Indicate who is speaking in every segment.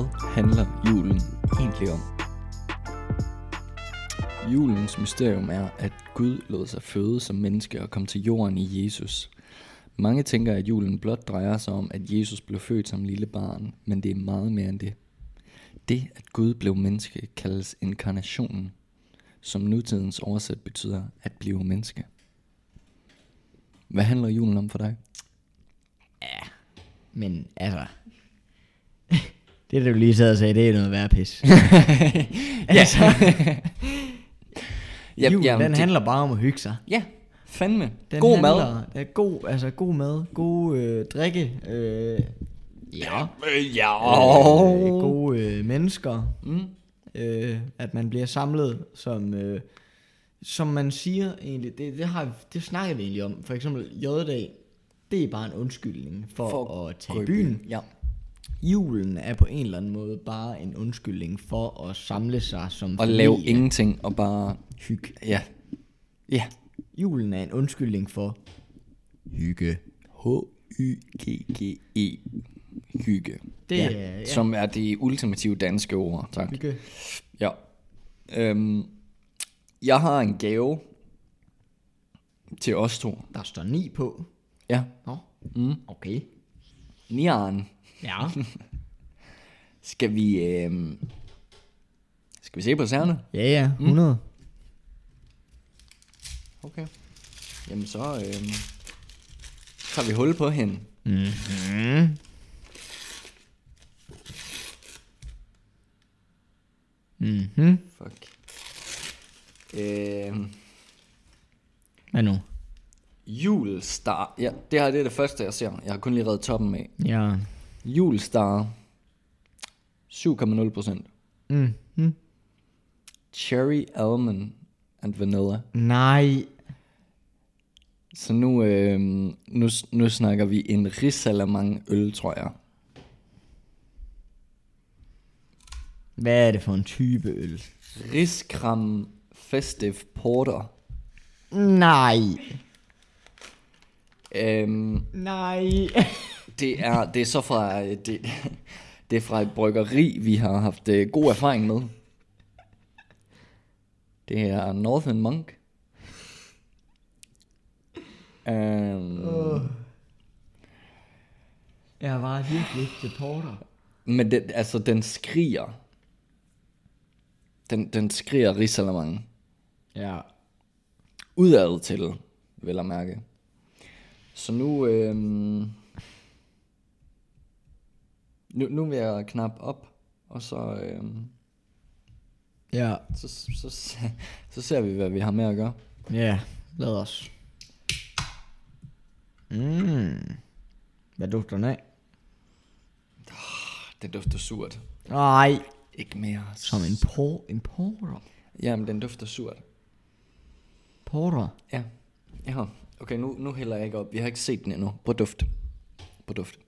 Speaker 1: handler julen egentlig om? Julens mysterium er, at Gud lod sig føde som menneske og kom til jorden i Jesus. Mange tænker, at julen blot drejer sig om, at Jesus blev født som lille barn, men det er meget mere end det. Det, at Gud blev menneske, kaldes inkarnationen, som nutidens oversæt betyder at blive menneske. Hvad handler julen om for dig?
Speaker 2: Men altså... det, du lige sad og sagde, det er noget værre pis. altså, ja, julen, den
Speaker 1: det-
Speaker 2: handler bare om at hygge sig.
Speaker 1: Ja, fandme.
Speaker 2: Den
Speaker 1: God mad.
Speaker 2: handler, mad. God, altså god mad, god øh, drikke, øh, ja,
Speaker 1: Øh, ja.
Speaker 2: øh, gode øh, mennesker,
Speaker 1: Mm.
Speaker 2: øh, at man bliver samlet, som, øh, som man siger egentlig, det, det, har, det snakker vi egentlig om, for eksempel J-dag, det er bare en undskyldning for, for at tage i byen.
Speaker 1: Ja.
Speaker 2: Julen er på en eller anden måde bare en undskyldning for at samle sig som
Speaker 1: Og lave ingenting og bare...
Speaker 2: hygge.
Speaker 1: Ja. Ja.
Speaker 2: Julen er en undskyldning for hygge.
Speaker 1: H-Y-G-G-E. Hygge.
Speaker 2: Det er- ja. Mm.
Speaker 1: Som er det ultimative danske ord. Tak.
Speaker 2: Hygge.
Speaker 1: Ja. Øhm, jeg har en gave til os to.
Speaker 2: Der står ni på.
Speaker 1: Ja.
Speaker 2: Nå, mm. okay.
Speaker 1: Nian.
Speaker 2: Ja.
Speaker 1: Skal vi... Øhm, skal vi se på særne?
Speaker 2: ja, ja, 100.
Speaker 1: Okay. Jamen så øhm, tager vi hul på hende.
Speaker 2: Mm. Mm.
Speaker 1: Fuck. Øhm,
Speaker 2: Hvad nu?
Speaker 1: julestar. Ja, det her det er det første, jeg ser. Jeg har kun lige reddet toppen af.
Speaker 2: Ja.
Speaker 1: Julestar. 7,0 procent.
Speaker 2: Mm. Mm.
Speaker 1: Cherry, almond and vanilla.
Speaker 2: Nej.
Speaker 1: Så nu, øhm, nu, nu snakker vi en risalamang øl, tror jeg.
Speaker 2: Hvad er det for en type øl?
Speaker 1: Riskram Festive Porter.
Speaker 2: Nej.
Speaker 1: Øhm,
Speaker 2: Nej.
Speaker 1: Det er, det er så fra, øh, det, det er fra et bryggeri, vi har haft øh, god erfaring med. Det er Northern Monk. Um,
Speaker 2: Jeg var virkelig ikke til porter.
Speaker 1: Men den, altså, den skriger. Den, den skriger Rizalermange.
Speaker 2: Ja.
Speaker 1: Udad til, vel at mærke. Så nu, øh, nu, nu vil jeg knap op, og så... Øh,
Speaker 2: Ja.
Speaker 1: så, så, så, så ser vi, hvad vi har med at gøre.
Speaker 2: Ja, lad os. Mm. Hvad dufter den af?
Speaker 1: Den dufter surt.
Speaker 2: Nej.
Speaker 1: Ikke mere.
Speaker 2: Som en, por- en porter.
Speaker 1: Jamen, den dufter surt.
Speaker 2: Porter.
Speaker 1: Ja. Ja. Okay, nu, nu hælder jeg ikke op. Vi har ikke set den endnu. Prøv duft. Prøv duft.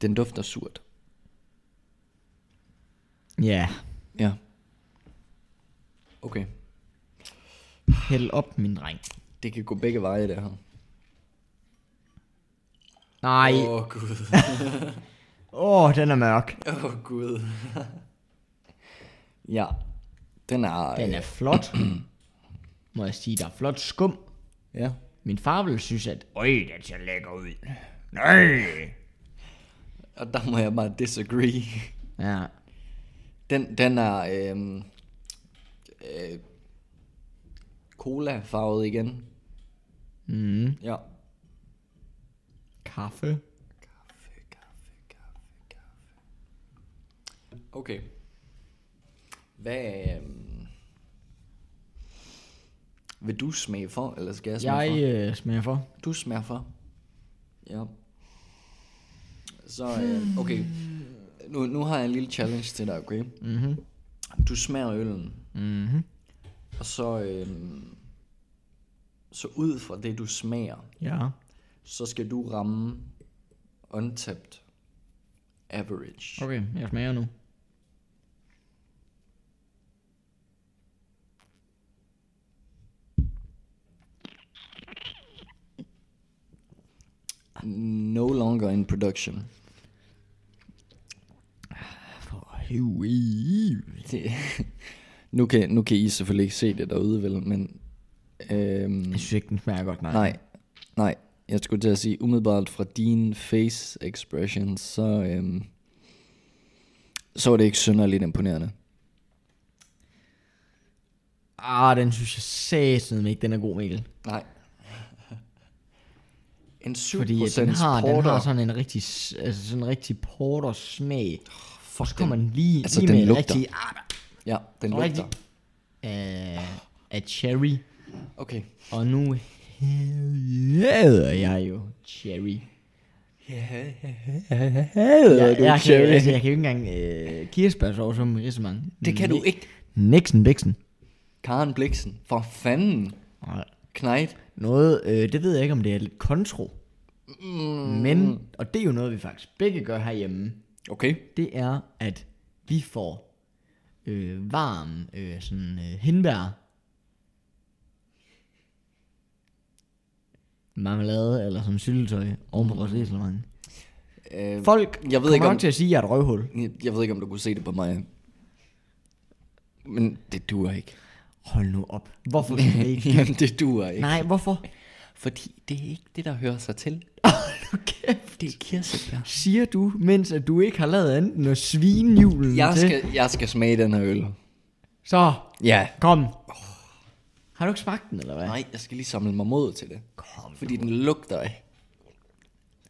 Speaker 1: Den dufter surt.
Speaker 2: Ja.
Speaker 1: Ja. Okay.
Speaker 2: Hæld op, min dreng.
Speaker 1: Det kan gå begge veje, det her.
Speaker 2: Nej.
Speaker 1: Åh,
Speaker 2: Åh,
Speaker 1: oh, Gud.
Speaker 2: oh. oh, den er mørk.
Speaker 1: Åh, oh, Gud. ja. Den er... øh,
Speaker 2: Den er flot. Må jeg sige, der er flot skum.
Speaker 1: Ja.
Speaker 2: Min far ville synes, at... Øj, den ser lækker ud. Nej.
Speaker 1: Og der må jeg bare disagree.
Speaker 2: Ja.
Speaker 1: Den, den er øhm, øh, cola-farvet igen.
Speaker 2: Mm.
Speaker 1: Ja.
Speaker 2: Kaffe.
Speaker 1: Okay. Hvad øhm, vil du smage for, eller skal jeg smage
Speaker 2: Jeg
Speaker 1: for?
Speaker 2: øh, smager for.
Speaker 1: Du smager for. Ja. Så, øh, okay. Nu, nu har jeg en lille challenge til dig, okay?
Speaker 2: Mhm.
Speaker 1: Du smager øllen.
Speaker 2: Mhm.
Speaker 1: Mm-hmm. Og så, øhm, så ud fra det, du smager,
Speaker 2: Ja.
Speaker 1: så skal du ramme untapped average.
Speaker 2: Okay, jeg smager nu.
Speaker 1: No longer in production. Det, nu, kan, nu kan I selvfølgelig ikke se det derude, vel, men... Øhm,
Speaker 2: Jeg synes ikke, den smager godt, nej.
Speaker 1: nej, nej. Jeg skulle til at sige, umiddelbart fra dine face expressions, så, øhm, så var det ikke synderligt imponerende.
Speaker 2: Ah, den synes jeg satsen ikke, den er god, Mikkel.
Speaker 1: Nej. En 7%
Speaker 2: Fordi at den har, den har sådan en rigtig, s- altså sådan en rigtig porter smag. Og så kommer den lige,
Speaker 1: altså,
Speaker 2: lige
Speaker 1: den
Speaker 2: med en
Speaker 1: lugter.
Speaker 2: rigtig, ah, der-
Speaker 1: Ja, den
Speaker 2: og rigtig
Speaker 1: lugter.
Speaker 2: af, af cherry.
Speaker 1: Okay.
Speaker 2: Og nu hader jeg jo cherry.
Speaker 1: Hader
Speaker 2: Jeg, jeg, kan, altså, jeg kan jo ikke engang øh, kirsebærsov som rissemang.
Speaker 1: Det kan du ikke.
Speaker 2: Nixon Bixen.
Speaker 1: Karen Bliksen, for fanden.
Speaker 2: Nej.
Speaker 1: Knejt.
Speaker 2: Noget, øh, det ved jeg ikke, om det er lidt kontro. Mm. Men, og det er jo noget, vi faktisk begge gør herhjemme,
Speaker 1: Okay.
Speaker 2: det er, at vi får øh, varm øh, sådan, øh, hindbær. Marmelade eller sådan syltetøj oven på vores æselmang.
Speaker 1: Øh,
Speaker 2: Folk
Speaker 1: jeg ved ikke
Speaker 2: kommer
Speaker 1: om,
Speaker 2: nok til at sige, at jeg er et røvhul.
Speaker 1: jeg ved ikke om du kunne se det på mig. Men det duer ikke.
Speaker 2: Hold nu op. Hvorfor skal det ikke?
Speaker 1: Jamen, det duer ikke.
Speaker 2: Nej, hvorfor?
Speaker 1: Fordi det er ikke det, der hører sig til.
Speaker 2: Nu kæft.
Speaker 1: Det er kirsebær.
Speaker 2: Siger du, mens at du ikke har lavet andet end at svine julen
Speaker 1: Jeg
Speaker 2: til?
Speaker 1: skal, jeg skal smage den her øl.
Speaker 2: Så,
Speaker 1: Ja.
Speaker 2: kom. Har du ikke smagt den, eller hvad?
Speaker 1: Nej, jeg skal lige samle mig mod til det.
Speaker 2: Kom.
Speaker 1: Fordi den lugter af.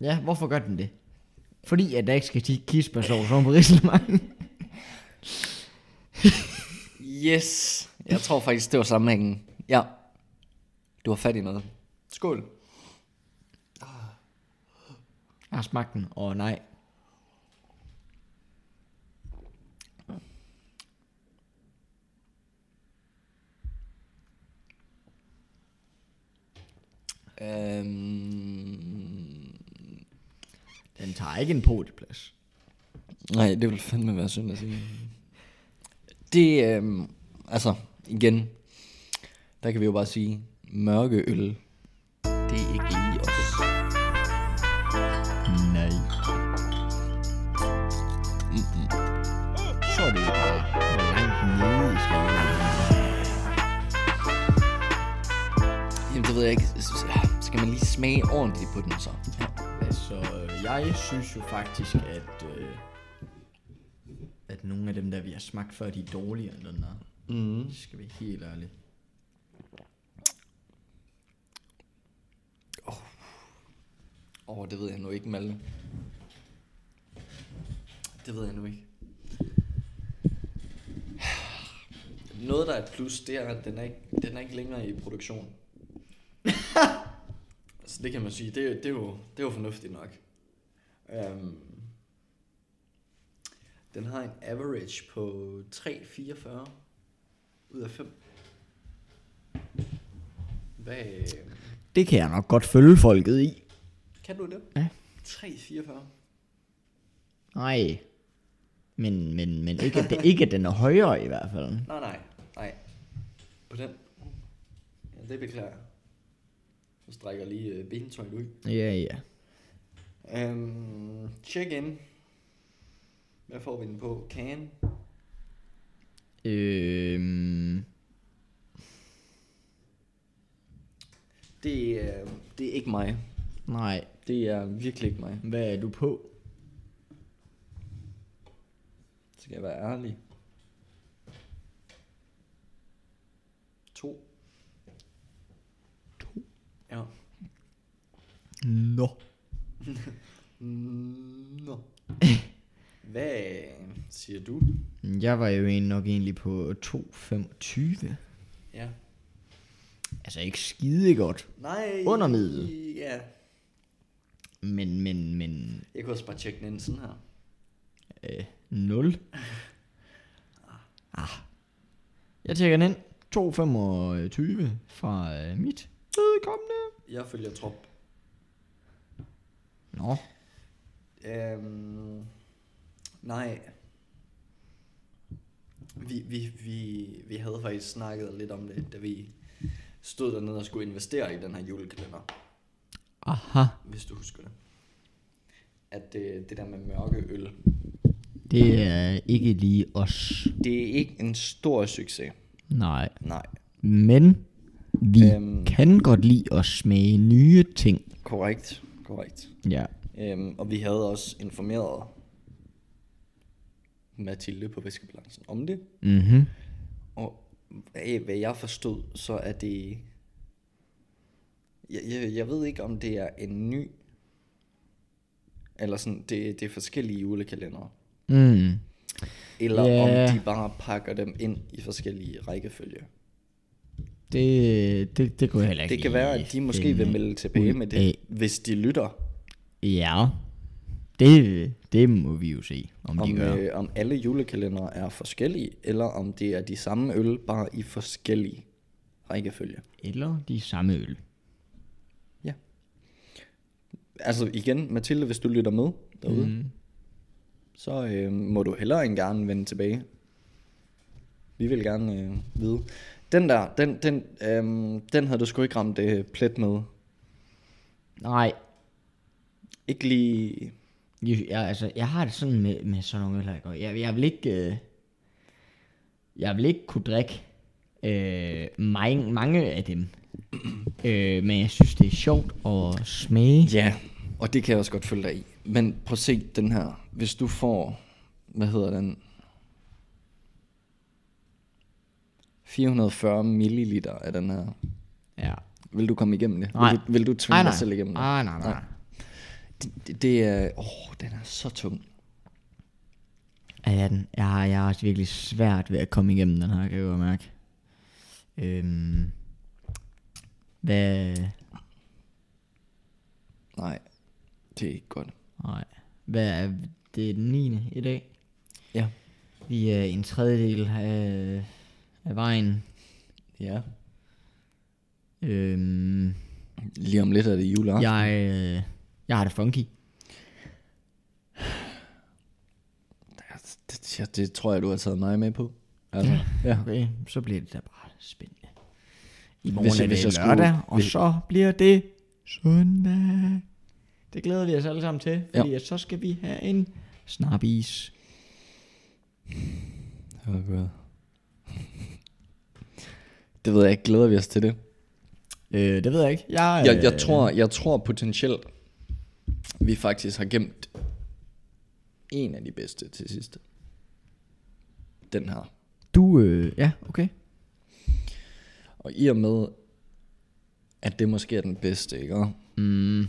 Speaker 2: Ja, hvorfor gør den det? Fordi at der ikke skal sige kirsebærsovs oven på rislemangen.
Speaker 1: Yes. Jeg tror faktisk, det var sammenhængen. Ja. Du har fat i noget. Skål.
Speaker 2: Jeg har smagt den, og nej.
Speaker 1: Øhm...
Speaker 2: Den tager ikke en podieplads.
Speaker 1: Nej, det ville fandme være synd at sige. Det, øhm, altså, igen, der kan vi jo bare sige, mørke øl, det er ikke lige os.
Speaker 2: Nej. Så er det jo bare, hvor langt nede i skalaen.
Speaker 1: Jamen, det ved jeg ikke, S- skal man lige smage ordentligt på den så?
Speaker 2: Altså, øh, jeg synes jo faktisk, at, øh, at nogle af dem, der vi har smagt før, de er dårligere end den der. Mm. Det skal vi være helt ærlige.
Speaker 1: Åh, oh, det ved jeg nu ikke, Malte. Det ved jeg nu ikke. Noget, der er et plus, det er, at den er ikke, den er ikke længere i produktion. altså, det kan man sige, det, er- det, er, jo, det er jo fornuftigt nok. Um, den har en average på 3,44 ud af 5. Hvad, øh,
Speaker 2: Det kan jeg nok godt følge folket i.
Speaker 1: kan du det?
Speaker 2: Ja.
Speaker 1: 3,44.
Speaker 2: Nej. Men, men, men ikke, at det, ikke at den er højere i hvert fald.
Speaker 1: Nej, nej, nej. På den. Ja, det beklager jeg. Så strækker jeg lige øh, benetøjet ud.
Speaker 2: Ja, ja.
Speaker 1: Øhm, check in. Hvad får vi den på? Can?
Speaker 2: Øhm,
Speaker 1: Det, øh, det er ikke mig.
Speaker 2: nej.
Speaker 1: Det er virkelig ikke mig.
Speaker 2: Hvad er du på?
Speaker 1: Skal jeg være ærlig? To. To? Ja.
Speaker 2: Nå.
Speaker 1: Nå. Hvad øh, siger du?
Speaker 2: Jeg var jo en- nok egentlig på 2,25.
Speaker 1: Ja.
Speaker 2: Altså ikke skide godt.
Speaker 1: Nej.
Speaker 2: Under middel.
Speaker 1: Ja.
Speaker 2: Men, men, men...
Speaker 1: Jeg kunne også bare tjekke den ind sådan her.
Speaker 2: Øh, 0. Ah. Jeg tjekker den ind. 2,25 fra øh, mit vedkommende.
Speaker 1: Jeg følger trop.
Speaker 2: Nå.
Speaker 1: Øhm, nej. Vi, vi, vi, vi havde faktisk snakket lidt om det, da vi stod dernede og skulle investere i den her julekalender,
Speaker 2: Aha.
Speaker 1: hvis du husker det. At det, det der med mørke øl,
Speaker 2: Det er ikke lige os.
Speaker 1: Det er ikke en stor succes.
Speaker 2: Nej.
Speaker 1: Nej,
Speaker 2: Men vi
Speaker 1: Øhm.
Speaker 2: øhm. kan godt lide at smage nye ting.
Speaker 1: korrekt. Korrekt.
Speaker 2: Ja.
Speaker 1: Øhm, og vi havde også informeret Mathilde på Væskebalancen om det.
Speaker 2: Mhm.
Speaker 1: Og af hvad jeg forstod, så er det... Jeg, jeg, jeg ved ikke, om det er en ny... Eller sådan, det, det er forskellige julekalendere.
Speaker 2: Mm.
Speaker 1: Eller
Speaker 2: Ja.
Speaker 1: om de bare pakker dem ind i forskellige rækkefølge.
Speaker 2: Det, det, det kunne jeg heller ikke
Speaker 1: Det kan være,
Speaker 2: lige
Speaker 1: at de måske vil
Speaker 2: finde
Speaker 1: melde tilbage
Speaker 2: ud
Speaker 1: med det,
Speaker 2: af.
Speaker 1: hvis de lytter.
Speaker 2: Ja. Det, det må vi jo se, om, om
Speaker 1: Om,
Speaker 2: de gør.
Speaker 1: øh, om alle julekalendere er forskellige, eller om det er de samme øl, bare i forskellige rækkefølge.
Speaker 2: Eller de samme øl.
Speaker 1: Ja. Altså igen, Mathilde, hvis du lytter med derude, mm. så øh, må du hellere end gerne vende tilbage. Vi vil gerne øh, vide. Den der, den, den, øh, den havde du sgu ikke ramt øh, plet med.
Speaker 2: Nej,
Speaker 1: Ikke lige...
Speaker 2: jeg, jeg, altså, jeg har det sådan med, med sådan nogle øl, her, ikke? Og jeg, jeg vil ikke... Øh, jeg vil ikke kunne drikke øh, mange, mange af dem. øh, men jeg synes, det er sjovt at smage.
Speaker 1: Ja, og det kan jeg også godt følge dig i. Men prøv at se den her. Hvis du får, hvad hedder den? 440 milliliter af den her.
Speaker 2: Ja.
Speaker 1: Vil du komme igennem det?
Speaker 2: Nej.
Speaker 1: Vil, du- vil du tvinge
Speaker 2: Ej,
Speaker 1: dig
Speaker 2: nej.
Speaker 1: selv igennem det?
Speaker 2: Ej, nej, nej.
Speaker 1: Det, det, det er... Åh, oh, den er så tung.
Speaker 2: Ja, den, jeg, har, jeg har også virkelig svært ved at komme igennem den her, kan jeg godt mærke. Øhm, hvad,
Speaker 1: Nej, det er ikke godt.
Speaker 2: nej, hvad er det er den 9. i dag?
Speaker 1: Ja.
Speaker 2: Vi er en tredjedel af, af vejen.
Speaker 1: Ja.
Speaker 2: Øhm,
Speaker 1: Lige om lidt er det juleaften. Ja.
Speaker 2: jeg, øh, jeg har det funky.
Speaker 1: Det, det, det tror jeg, du har taget mig med på. Altså, ja.
Speaker 2: Okay, så bliver det da bare spændende. I morgen
Speaker 1: Hvis
Speaker 2: hvis,
Speaker 1: jeg-
Speaker 2: er
Speaker 1: hvis
Speaker 2: det
Speaker 1: jeg
Speaker 2: hvis
Speaker 1: skulle-
Speaker 2: lørdag, skulle, og
Speaker 1: hvis-
Speaker 2: så bliver det søndag. Det glæder vi os alle sammen til, fordi ja. så skal vi have en snapis.
Speaker 1: Oh God. Det ved jeg ikke. Glæder vi os til det?
Speaker 2: Øh, det ved jeg ikke. Jeg,
Speaker 1: Jeg, jeg,
Speaker 2: øh,
Speaker 1: tror, jeg tror potentielt, vi faktisk har gemt en af de bedste til sidst. Den her.
Speaker 2: Du, øh, ja, okay.
Speaker 1: Og i og med, at det måske er den bedste, ikke?
Speaker 2: Mm.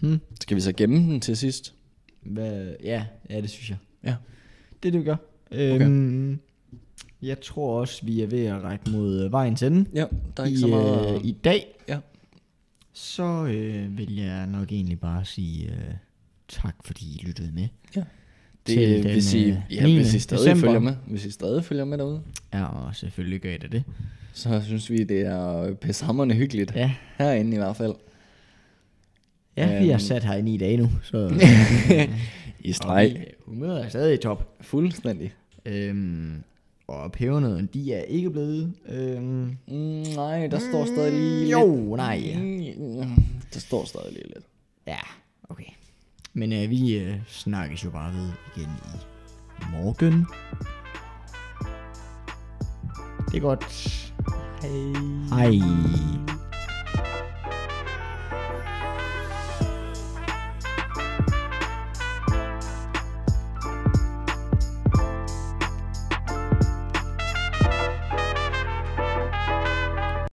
Speaker 2: Hmm.
Speaker 1: Skal vi så gemme den til sidst?
Speaker 2: Hvad, ja, ja, det synes jeg.
Speaker 1: Ja.
Speaker 2: Det er det, vi gør. Øhm, jeg tror også, vi er ved at række mod øh, vejens ende.
Speaker 1: Ja, der er ikke
Speaker 2: I,
Speaker 1: så meget...
Speaker 2: øh, I dag,
Speaker 1: Ja.
Speaker 2: så øh, vil jeg nok egentlig bare sige øh, tak, fordi I lyttede med.
Speaker 1: Ja.
Speaker 2: Til
Speaker 1: Det,
Speaker 2: den,
Speaker 1: hvis, I,
Speaker 2: øh,
Speaker 1: ja, hvis I
Speaker 2: 9.
Speaker 1: stadig
Speaker 2: december.
Speaker 1: følger med, hvis I stadig følger med derude,
Speaker 2: Ja, og selvfølgelig gør I da det.
Speaker 1: så synes vi, det er pissehammerende hyggeligt.
Speaker 2: Ja,
Speaker 1: Herinde i hvert fald.
Speaker 2: ja vi
Speaker 1: Øhm.
Speaker 2: er sat her i ni dage nu, så
Speaker 1: I
Speaker 2: og
Speaker 1: streg.
Speaker 2: vi, øh, humøret er stadig i top.
Speaker 1: Fuldstændig.
Speaker 2: Øhm, og pebernødderne, de er ikke blevet... Øhm,
Speaker 1: Mm, nej, der står stadig lige
Speaker 2: jo,
Speaker 1: lidt.
Speaker 2: nej.
Speaker 1: Mm, Der står stadig lige lidt.
Speaker 2: Ja, okay. Men øh, vi øh, snakkes jo bare ved igen i morgen. Det er godt. Hej. Hej.